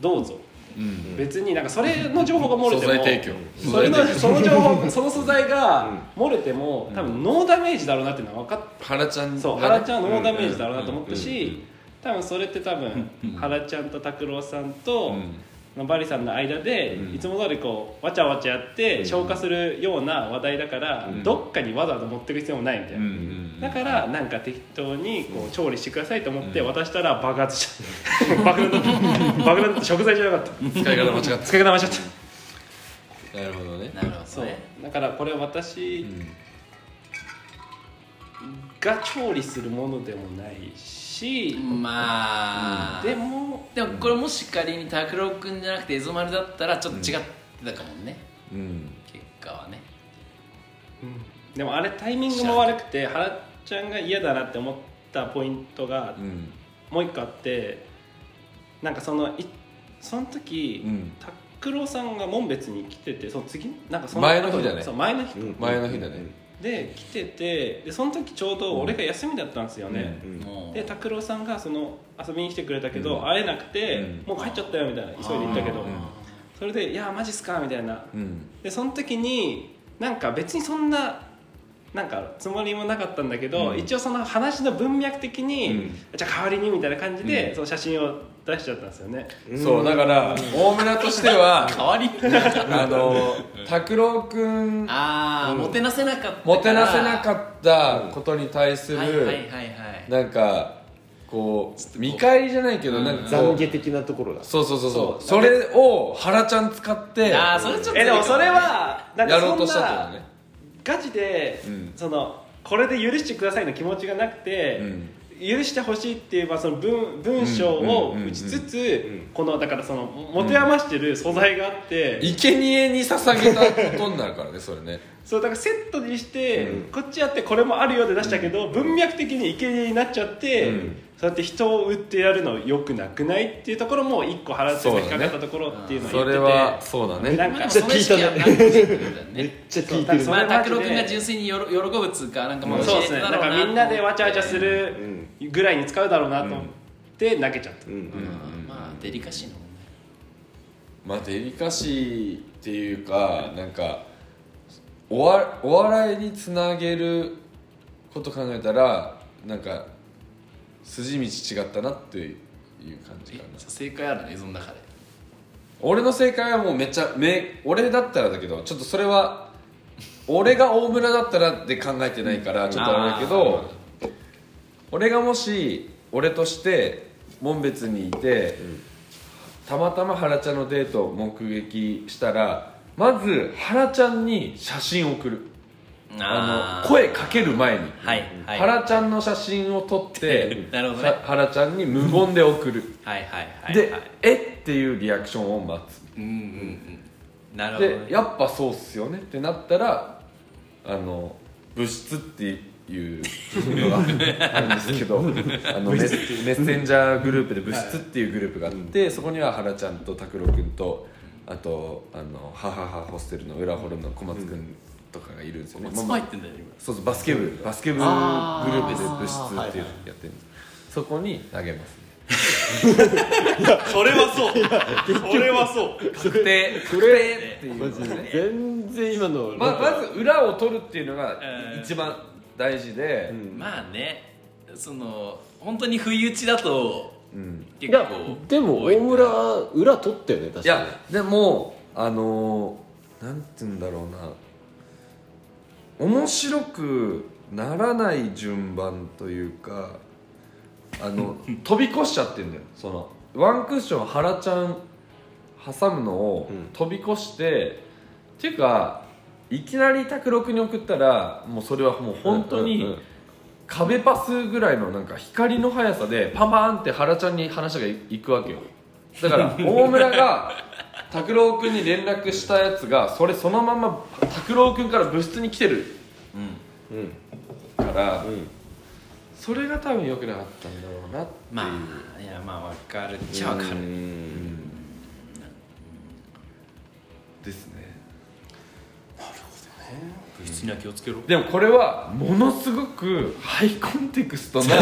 Speaker 1: どうぞ、
Speaker 4: あうん
Speaker 1: 別になんかそれの情報が漏れ
Speaker 4: 素
Speaker 1: ても
Speaker 4: 材提供
Speaker 1: それのその情報 その素材が漏れても多分ノーダメージだろうなっていうのは分かっ
Speaker 4: 原ちゃんがね
Speaker 1: そう原ちゃんはノーダメージだろうなと思った
Speaker 4: うんうんうん
Speaker 1: し多分それって多分原ちゃんと拓郎さんとまあバリさんの間で
Speaker 4: うん
Speaker 1: いつも通りこうわちゃわちゃやって消化するような話題だから
Speaker 4: ん
Speaker 1: どっかにわざわざ持ってる必要もないみたい
Speaker 4: うんう
Speaker 1: なん
Speaker 4: うん
Speaker 1: だからなんか適当にこう調理してくださいと思って渡したら爆発しちゃった爆弾だった爆弾だった食材じゃなかった
Speaker 4: 使い方間違っ
Speaker 1: 使い方間違っちゃった
Speaker 4: たなるほどね
Speaker 6: なるほ
Speaker 1: そ
Speaker 6: ど
Speaker 1: う
Speaker 6: ね
Speaker 1: だからこれ私が調理するものでもないし、
Speaker 6: まあ
Speaker 1: でも
Speaker 6: でもこれもし仮に拓郎君じゃなくて蝦夷丸だったらちょっと違ってたかもね、
Speaker 4: うん
Speaker 6: 結果はね
Speaker 1: でもあれタイミングも悪くて原ちゃんが嫌だなって思ったポイントが
Speaker 4: うん
Speaker 1: もう一個あってなんかそのいその時
Speaker 4: うん
Speaker 1: 拓郎、さんが門別に来ててその次なんかそ
Speaker 4: 前の日だね
Speaker 1: そう前の日
Speaker 4: 前の日だね
Speaker 1: で来ててでその時ちょうど俺が休みだったんですよね、
Speaker 6: もう
Speaker 1: で拓郎さんがその遊びに来てくれたけど、会えなくて、
Speaker 4: うん
Speaker 1: もう帰っちゃったよみたいな急いで行ったけど、
Speaker 6: あ
Speaker 1: それで「いやーマジっすか」みたいな
Speaker 4: うん
Speaker 1: でその時になんか別にそんななんかつもりもなかったんだけど、
Speaker 4: うん
Speaker 1: 一応その話の文脈的に、じゃあ代わりにみたいな感じで、その写真を出しちゃったんですよね、
Speaker 4: そうだから大村としては
Speaker 6: 代 わり
Speaker 4: あの拓郎くん
Speaker 6: ああ、もてなせなかった
Speaker 4: もてなせな
Speaker 6: っ
Speaker 4: かったことに対す
Speaker 6: たはいはいはい
Speaker 4: る
Speaker 6: はい
Speaker 4: なんかこ
Speaker 6: っとこ
Speaker 4: う
Speaker 6: う
Speaker 4: 見返りじゃないけどなんかこ
Speaker 5: 懺
Speaker 4: う
Speaker 5: 悔的なところだ
Speaker 4: そうそうそうそうそれを原ちゃん使って
Speaker 6: あ
Speaker 4: や
Speaker 6: あそれちょっと
Speaker 1: えでもそれはなんか
Speaker 4: ろう
Speaker 1: そ
Speaker 4: と
Speaker 1: ん
Speaker 4: したってこと
Speaker 1: な
Speaker 4: ね
Speaker 1: ガチで、
Speaker 4: うん
Speaker 1: そのこれで許してくださいの気持ちがなくて、
Speaker 4: うん
Speaker 1: 許してほしいっていうまあその文文章を打ちつつ、このだからその持て余してる素材があって、
Speaker 4: 生贄に捧げたことになるからねそれね
Speaker 1: そうだからセットにして、こっちやってこれもあるよで出したけど、文脈的にいけになっちゃって、
Speaker 4: うん
Speaker 1: そうやって人を売ってやるのよくなくないっていうところも一個払って
Speaker 4: そうだ
Speaker 1: 引
Speaker 4: ね
Speaker 1: っかかったところっていうのを言
Speaker 4: そ
Speaker 1: ってて
Speaker 4: れはそうだね
Speaker 1: なん
Speaker 6: ま
Speaker 1: か
Speaker 6: あ
Speaker 5: じ
Speaker 6: で
Speaker 5: ゃ
Speaker 6: も
Speaker 5: あ
Speaker 6: その意識は
Speaker 5: 聞い
Speaker 6: な
Speaker 5: たね
Speaker 6: くてってことだよ
Speaker 5: めっ
Speaker 6: ね
Speaker 5: ちゃ聞いてる
Speaker 1: そう
Speaker 6: まあ
Speaker 1: だから
Speaker 6: 拓郎君が純粋によろ喜ぶっつうかなんかもう
Speaker 1: そう
Speaker 6: 教
Speaker 1: で
Speaker 6: え
Speaker 1: す
Speaker 6: て
Speaker 1: ね
Speaker 6: た
Speaker 1: だか
Speaker 6: ろうな
Speaker 1: らみんなでわちゃわちゃするぐらいに使うだろうなと思って投げちゃった、
Speaker 5: うん
Speaker 6: うんまあデリカシーの問
Speaker 4: まあデリカシーっていうかなんかおわお笑いにつなげること考えたらなんか筋道違ったなっていう感じ
Speaker 6: 題
Speaker 4: かな
Speaker 6: 正解あるねその中で
Speaker 4: 俺の正解はもうめっちゃめ俺だったらだけどちょっとそれは俺が大村だったらで考えてないからちょっとあれだけど俺がもし俺として門別にいて、たまたま原ちゃんのデートを目撃したらまず原ちゃんに写真を送るあの声かける前に、
Speaker 6: はいはい
Speaker 4: 原ちゃんの写真を撮って
Speaker 6: なるほどね
Speaker 4: は原ちゃんに無言で送る
Speaker 6: はいはいはい
Speaker 4: で、
Speaker 6: はい
Speaker 4: えっていうリアクションを待つ
Speaker 6: うんうんうんなるほどね
Speaker 4: でやっぱそうっすよねってなったらあの物質っていうのがあるんです けどあのメッメッセンジャーグループで物質っていうグループがあって、そこには原ちゃんと拓郎君とあとあのハハハホステルの裏ホルの小松君とかがいるんですよね、
Speaker 6: つ
Speaker 4: まあ
Speaker 6: まいってんだよ今
Speaker 4: そうそうバスケ部バスケ部グループで物質っていうのやってるんですそこに投げますね
Speaker 1: それは そうそれはそう
Speaker 4: 確定確定っていうの
Speaker 5: マ
Speaker 4: が
Speaker 5: ジ
Speaker 4: ね
Speaker 5: で全然今の
Speaker 4: ままず裏を取るっていうのが一番大事で、
Speaker 6: まあねその本当に不意打ちだと
Speaker 5: い
Speaker 6: 結
Speaker 5: や
Speaker 6: 構
Speaker 5: でも大村は裏取ったよね確
Speaker 4: い
Speaker 5: かに
Speaker 4: やでもあのー、なんて言うんだろうな面白くならない順番というかあ の飛び越しちゃってんだよそのワンクッション原ちゃん挟むのを
Speaker 5: ん
Speaker 4: 飛び越して、っていうかいきなり拓郎君に送ったらもうそれはもう本当
Speaker 5: う
Speaker 4: に、
Speaker 5: んうんうん
Speaker 4: 壁パスぐらいのなんか光の 速さでパンパンって原ちゃんに話がいくわけよだから大村が拓郎君に連絡したやつがそれそのまま拓郎君から部室に来てる
Speaker 5: うん
Speaker 4: から、
Speaker 5: ん
Speaker 4: それが多分良くなかったんだろうなっていう、
Speaker 6: まあいやまあわかるっちゃわかる
Speaker 4: ですね
Speaker 6: 部室には気をつけろ
Speaker 4: でもこれはものすごくハイコンテクストな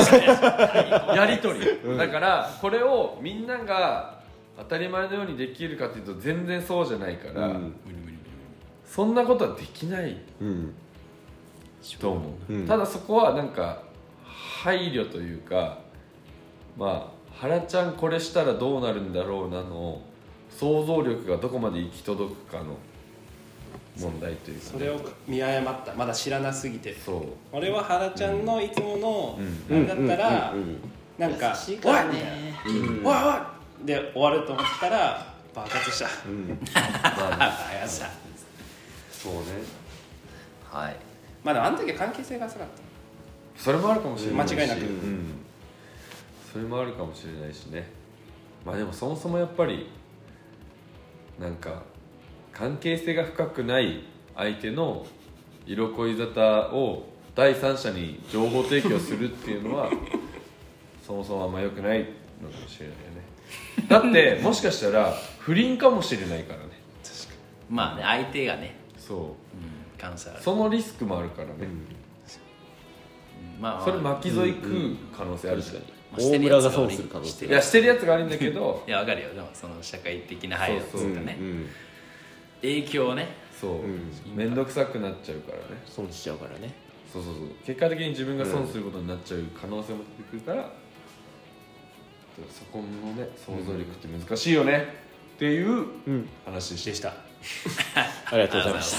Speaker 4: やり取り、だからこれをみんなが当たり前のようにできるかっていうと全然そうじゃないから、
Speaker 5: うん
Speaker 4: そんなことはできない
Speaker 5: うん
Speaker 4: と思う、
Speaker 5: うん
Speaker 4: ただそこはなんか配慮というかまあ原ちゃんこれしたらどうなるんだろうなの想像力がどこまで行き届くかの問題というか、ね、
Speaker 1: それを見誤ったまだ知らなすぎて
Speaker 4: そう
Speaker 1: 俺は原ちゃんのいつもの
Speaker 4: う
Speaker 1: なんだったら
Speaker 5: うん
Speaker 1: なんか
Speaker 2: 優しい
Speaker 1: 「
Speaker 2: か
Speaker 1: おい!」
Speaker 2: ら
Speaker 1: み
Speaker 2: ね
Speaker 1: たいな「おいおい!」で終わると思ったら爆発した
Speaker 6: あやさ
Speaker 4: そうね
Speaker 6: はい
Speaker 1: まあでもあの時は関係性が浅かった
Speaker 4: それもあるかもしれないし
Speaker 1: 間違いなく
Speaker 4: うん、それもあるかもしれないしねまあでもそもそもやっぱりなんか関係性が深くない相手の色恋沙汰を第三者に情報提供するっていうのは そもそもあんま良くないのかもしれないよねだってもしかしたら不倫かもしれないからね
Speaker 6: まあね相手がね、
Speaker 4: そ
Speaker 6: うん、感謝あ
Speaker 4: う
Speaker 6: る
Speaker 4: そのリスクもあるからね、
Speaker 6: まあまあ
Speaker 4: それ巻き添え食う可能性あるし、
Speaker 6: まあしてるやつ悪
Speaker 5: 大村が
Speaker 6: い
Speaker 5: 損する可能性
Speaker 6: して
Speaker 4: い
Speaker 6: る
Speaker 4: やしてるやつがあるんだけど
Speaker 6: いやわかるよでもその社会的な配慮って
Speaker 4: そう
Speaker 6: い
Speaker 4: そ
Speaker 6: うか
Speaker 4: う
Speaker 6: ね
Speaker 5: うん
Speaker 6: 影響ね
Speaker 4: そう、
Speaker 5: ん
Speaker 4: 面倒くさくなっちゃうからね
Speaker 5: 損しちゃうからね
Speaker 4: そうそうそう結果的に自分が損することになっちゃう可能性も出てくるから、そこのね想像力って難しいよね、っていう話でした、
Speaker 5: ありがとうございまし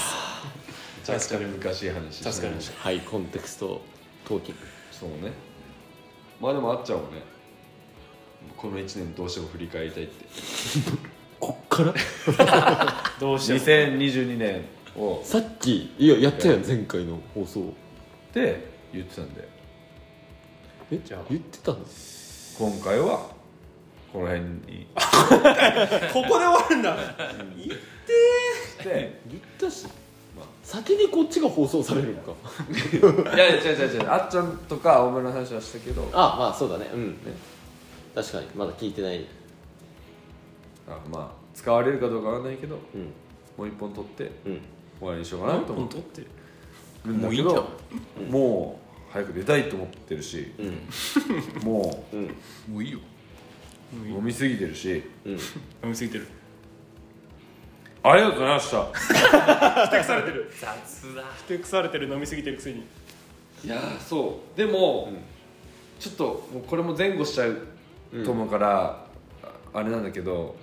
Speaker 5: た
Speaker 4: めちゃくちゃ難しい話した
Speaker 1: 助かりまし
Speaker 5: はいコンテクストトーキング
Speaker 4: そうねまあでもあっちゃんはねこの1年どうしても振り返りたいって
Speaker 5: こっから
Speaker 1: たどうしても
Speaker 4: 2022年を
Speaker 5: さっきいややったやん前回の放送
Speaker 4: って言ってたんで
Speaker 5: え
Speaker 1: じゃあ
Speaker 5: 言ってたんです
Speaker 4: 今回はこの辺に
Speaker 1: ここで終わるんだ
Speaker 4: して
Speaker 5: 言ったし、先にこっちが放送されるのか
Speaker 4: いやいや違う違う違うあっちゃんとか青村の話はしたけど
Speaker 5: あまあそうだねうん確かにまだ聞いてない
Speaker 4: あまあ使われるかどうかわかんないけど
Speaker 5: うん
Speaker 4: もう一本取って
Speaker 5: うん
Speaker 4: 終わりにしようかなと思って
Speaker 1: って
Speaker 4: るんだけ
Speaker 6: もういいん
Speaker 4: どもう早く出たいと思ってるし、もう
Speaker 6: もういいよ
Speaker 4: 飲みすぎてるし
Speaker 1: 飲みすぎてる
Speaker 4: ありがとうございました
Speaker 1: ふてくされてる
Speaker 6: 雑だ
Speaker 1: ふてくされてる飲みすぎてるくせに
Speaker 4: いやーそうでも、ちょっともうこれも前後しちゃうと思うから、ああれなんだけど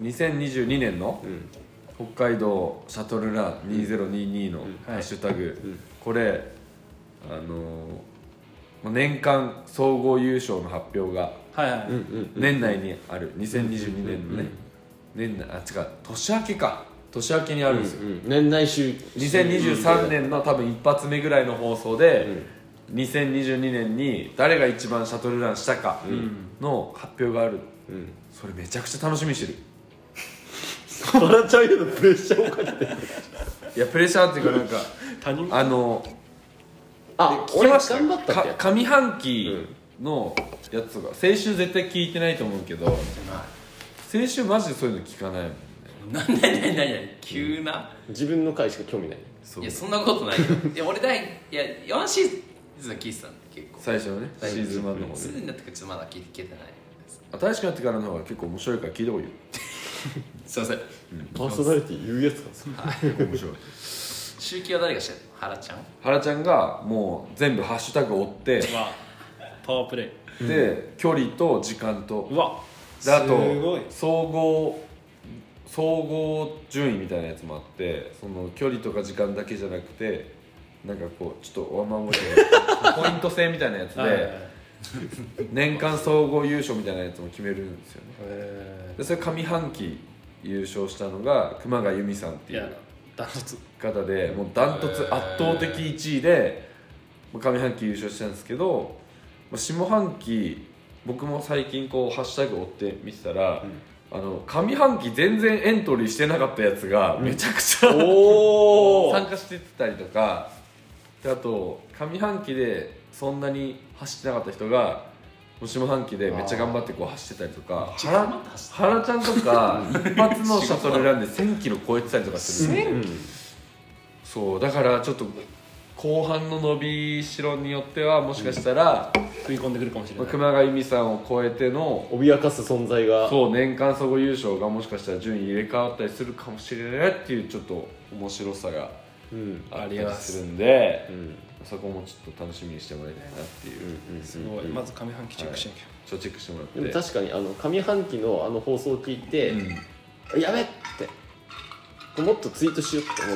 Speaker 4: 2022年の、北海道シャトルラン2022のハッシュタグ、これあのーまあ年間総合優勝の発表が
Speaker 1: はいはい
Speaker 4: 年内にある2022年のね年内あ違う年明けか年明けにあるんですよ、
Speaker 5: うん年内週
Speaker 4: 2023年の多分一発目ぐらいの放送で、2022年に誰が一番シャトルランしたかの発表がある、それめちゃくちゃ楽しみにしてる
Speaker 5: バラちゃんへのプレッシャーをかけて
Speaker 4: いやプレッシャーっていうか なんか
Speaker 1: 他人
Speaker 4: あの
Speaker 5: あ
Speaker 4: 聞き
Speaker 5: 俺
Speaker 4: ました
Speaker 5: 頑張ったっ
Speaker 4: か
Speaker 5: てやつ
Speaker 4: 上半期のやつが先週絶対聞いてないと思うけど先週マジでそういうの聞かないもんね
Speaker 6: 何何何何急な、
Speaker 5: 自分の回しか興味ない
Speaker 4: そう
Speaker 6: いやそんなことないよいや俺だいいや4シーズン聞いてたんだ結構
Speaker 4: 最初のねシーズン1の方
Speaker 6: す
Speaker 4: ね
Speaker 6: ぐになってからちょっとまだ聞けてない
Speaker 4: 新しくなってからの方が結構面白いから聞いた方がいいよ
Speaker 6: すいません
Speaker 5: パーソナリティ言うやつか
Speaker 4: 面白い
Speaker 6: 集計は誰がしてるの原ちゃん
Speaker 4: 原ちゃんがもう全部ハッシュタグを追って
Speaker 1: はパワープレイ
Speaker 4: で距離と時間と
Speaker 1: うわ
Speaker 4: であ
Speaker 1: すごい
Speaker 4: と総合総合順位みたいなやつもあってその距離とか時間だけじゃなくてなんかこうちょっとおまん まポイント制みたいなやつ
Speaker 1: はいはい
Speaker 4: で年間総合優勝みたいなやつも決めるんですよね
Speaker 1: え
Speaker 4: でそれ上半期優勝したのが熊谷由美さんっ
Speaker 1: ー
Speaker 4: て
Speaker 1: い
Speaker 4: い
Speaker 1: や
Speaker 4: う
Speaker 1: ダントツ
Speaker 4: 方でもうダントツ圧倒的1位で上半期優勝したんですけどまあ下半期僕も最近こうハッシュタグ追って見てたら、あの上半期全然エントリーしてなかったやつがめちゃくちゃ、
Speaker 1: おお
Speaker 4: 参加してたりとかであと上半期でそんなに走ってなかった人がもう下半期でめっちゃ頑張ってこう走ってたりとか原原ちゃんと か一発のシャトルランで1 0 0 0キロ超えてたりとかするんでそうだからちょっと後半の伸びしろによってはもしかしたら、
Speaker 1: 食い込んでくるかもしれ
Speaker 4: ま
Speaker 1: な
Speaker 4: あ
Speaker 1: い
Speaker 4: 熊谷美さんを超えての
Speaker 5: 脅かす存在が
Speaker 4: そう年間総合優勝がもしかしたら順位入れ替わったりするかもしれないっていうちょっと面白さが
Speaker 5: うん
Speaker 4: あったりするんで、
Speaker 5: うん
Speaker 4: そこもちょっと楽しみにしてもらいたいなっていう、
Speaker 1: すごいまず上半期チェックしなきゃ
Speaker 4: ちょっとチェックしてもらって
Speaker 5: でも確かにあの上半期のあの放送を聞いて、やべってもっとツイートしようって思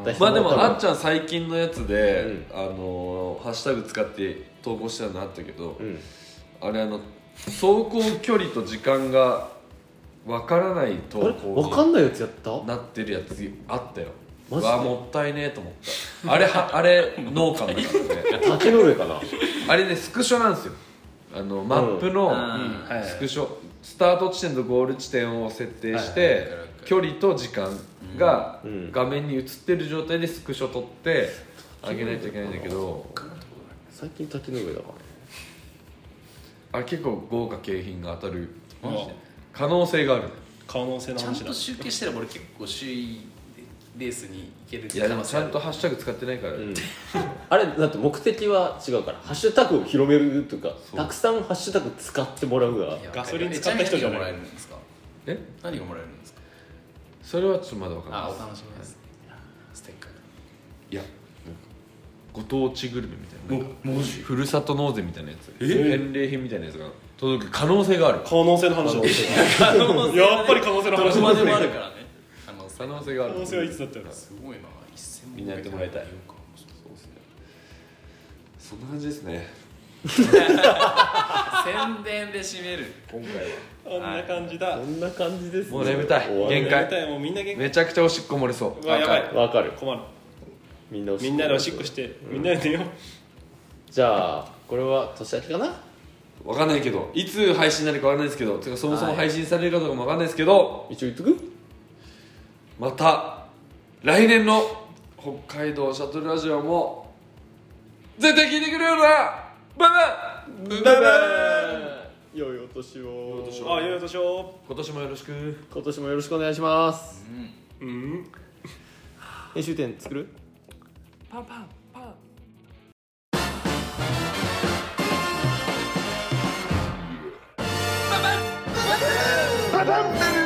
Speaker 5: った人
Speaker 4: まあで
Speaker 5: 多
Speaker 4: も
Speaker 5: 分
Speaker 4: あっちゃん最近のやつで、
Speaker 5: うん
Speaker 4: あのーハッシュタグ使って投稿したのあったけど、
Speaker 5: うん
Speaker 4: あれあの走行距離と時間がわからない投
Speaker 5: あれ分か
Speaker 4: 稿
Speaker 5: んないやつやった
Speaker 4: になってるやつあったよ
Speaker 5: マジで
Speaker 4: わあもったいねえと思ったあれはあれ農家のやつ ね
Speaker 5: 竹の上か な
Speaker 4: あれねスクショなんですよあのマップの、
Speaker 6: うん
Speaker 1: はい
Speaker 4: スクショスタート地点とゴール地点を設定して距離と時間が
Speaker 5: うん
Speaker 4: 画面に映ってる状態でスクショ撮ってあげないといけないんだけど
Speaker 5: 最近竹の上だから
Speaker 4: あれ結構豪華景品が当たる可能性がある
Speaker 1: 可能性の
Speaker 6: ちゃん
Speaker 1: 話だ
Speaker 6: と集計してれば俺結構首位でレースに行ける
Speaker 4: いやでもちゃんと
Speaker 6: 可能性あ
Speaker 4: ハッシュタグ
Speaker 6: る
Speaker 4: 使ってないから、
Speaker 5: あれだって目的は違うからハッシュタグを広めるとか
Speaker 4: う
Speaker 5: たくさんハッシュタグ使ってもらうが
Speaker 6: いや
Speaker 1: ガソリン使った人じゃない
Speaker 6: えちみに何がもらえるんですか
Speaker 4: え
Speaker 6: 何がもらえるんですか
Speaker 4: それはちょっとまだ分かん
Speaker 6: あ
Speaker 4: ない
Speaker 6: お楽しみですステッカー
Speaker 4: いやご当地グルメみたいななんかふるさと納税みたいなやつ返礼品みたいなやつが届く可能性がある
Speaker 1: 可能性の話だやっぱり可能性の話
Speaker 6: どこまでもある
Speaker 1: 可
Speaker 6: からね可能
Speaker 4: 可
Speaker 6: 性
Speaker 4: 能性がある
Speaker 1: 能性はいつだったら
Speaker 6: すごいな1000
Speaker 4: みんなやってもらいたいそうですねそんな感じですね
Speaker 6: 宣伝で締める
Speaker 4: 今回は
Speaker 1: こんな感じだ
Speaker 5: こんな感じですね
Speaker 4: もう眠たい
Speaker 5: 終わり
Speaker 4: 限界
Speaker 1: みたいもうみんな元
Speaker 4: めちゃくちゃおしっこ漏れそう
Speaker 1: 気うわやばい
Speaker 5: わかる
Speaker 1: 困る
Speaker 5: みんなおしっこ
Speaker 1: みんなでおしっこしてみんなで寝よう
Speaker 5: じゃあこれは年明けかな
Speaker 4: わかんないけどいつ配信になるかわかんないですけどてかそもそも配信されるかどうかもわかんないですけど、
Speaker 5: 一応言っとく
Speaker 4: また来年の北海道シャトルラジオも絶対聞いてくれよなバイバイバイバイ
Speaker 5: 良いお年を
Speaker 1: あよいとしょ
Speaker 4: 今年もよろしく
Speaker 5: 今年もよろしくお願いします
Speaker 1: ううん
Speaker 5: 編集点作る
Speaker 8: パパン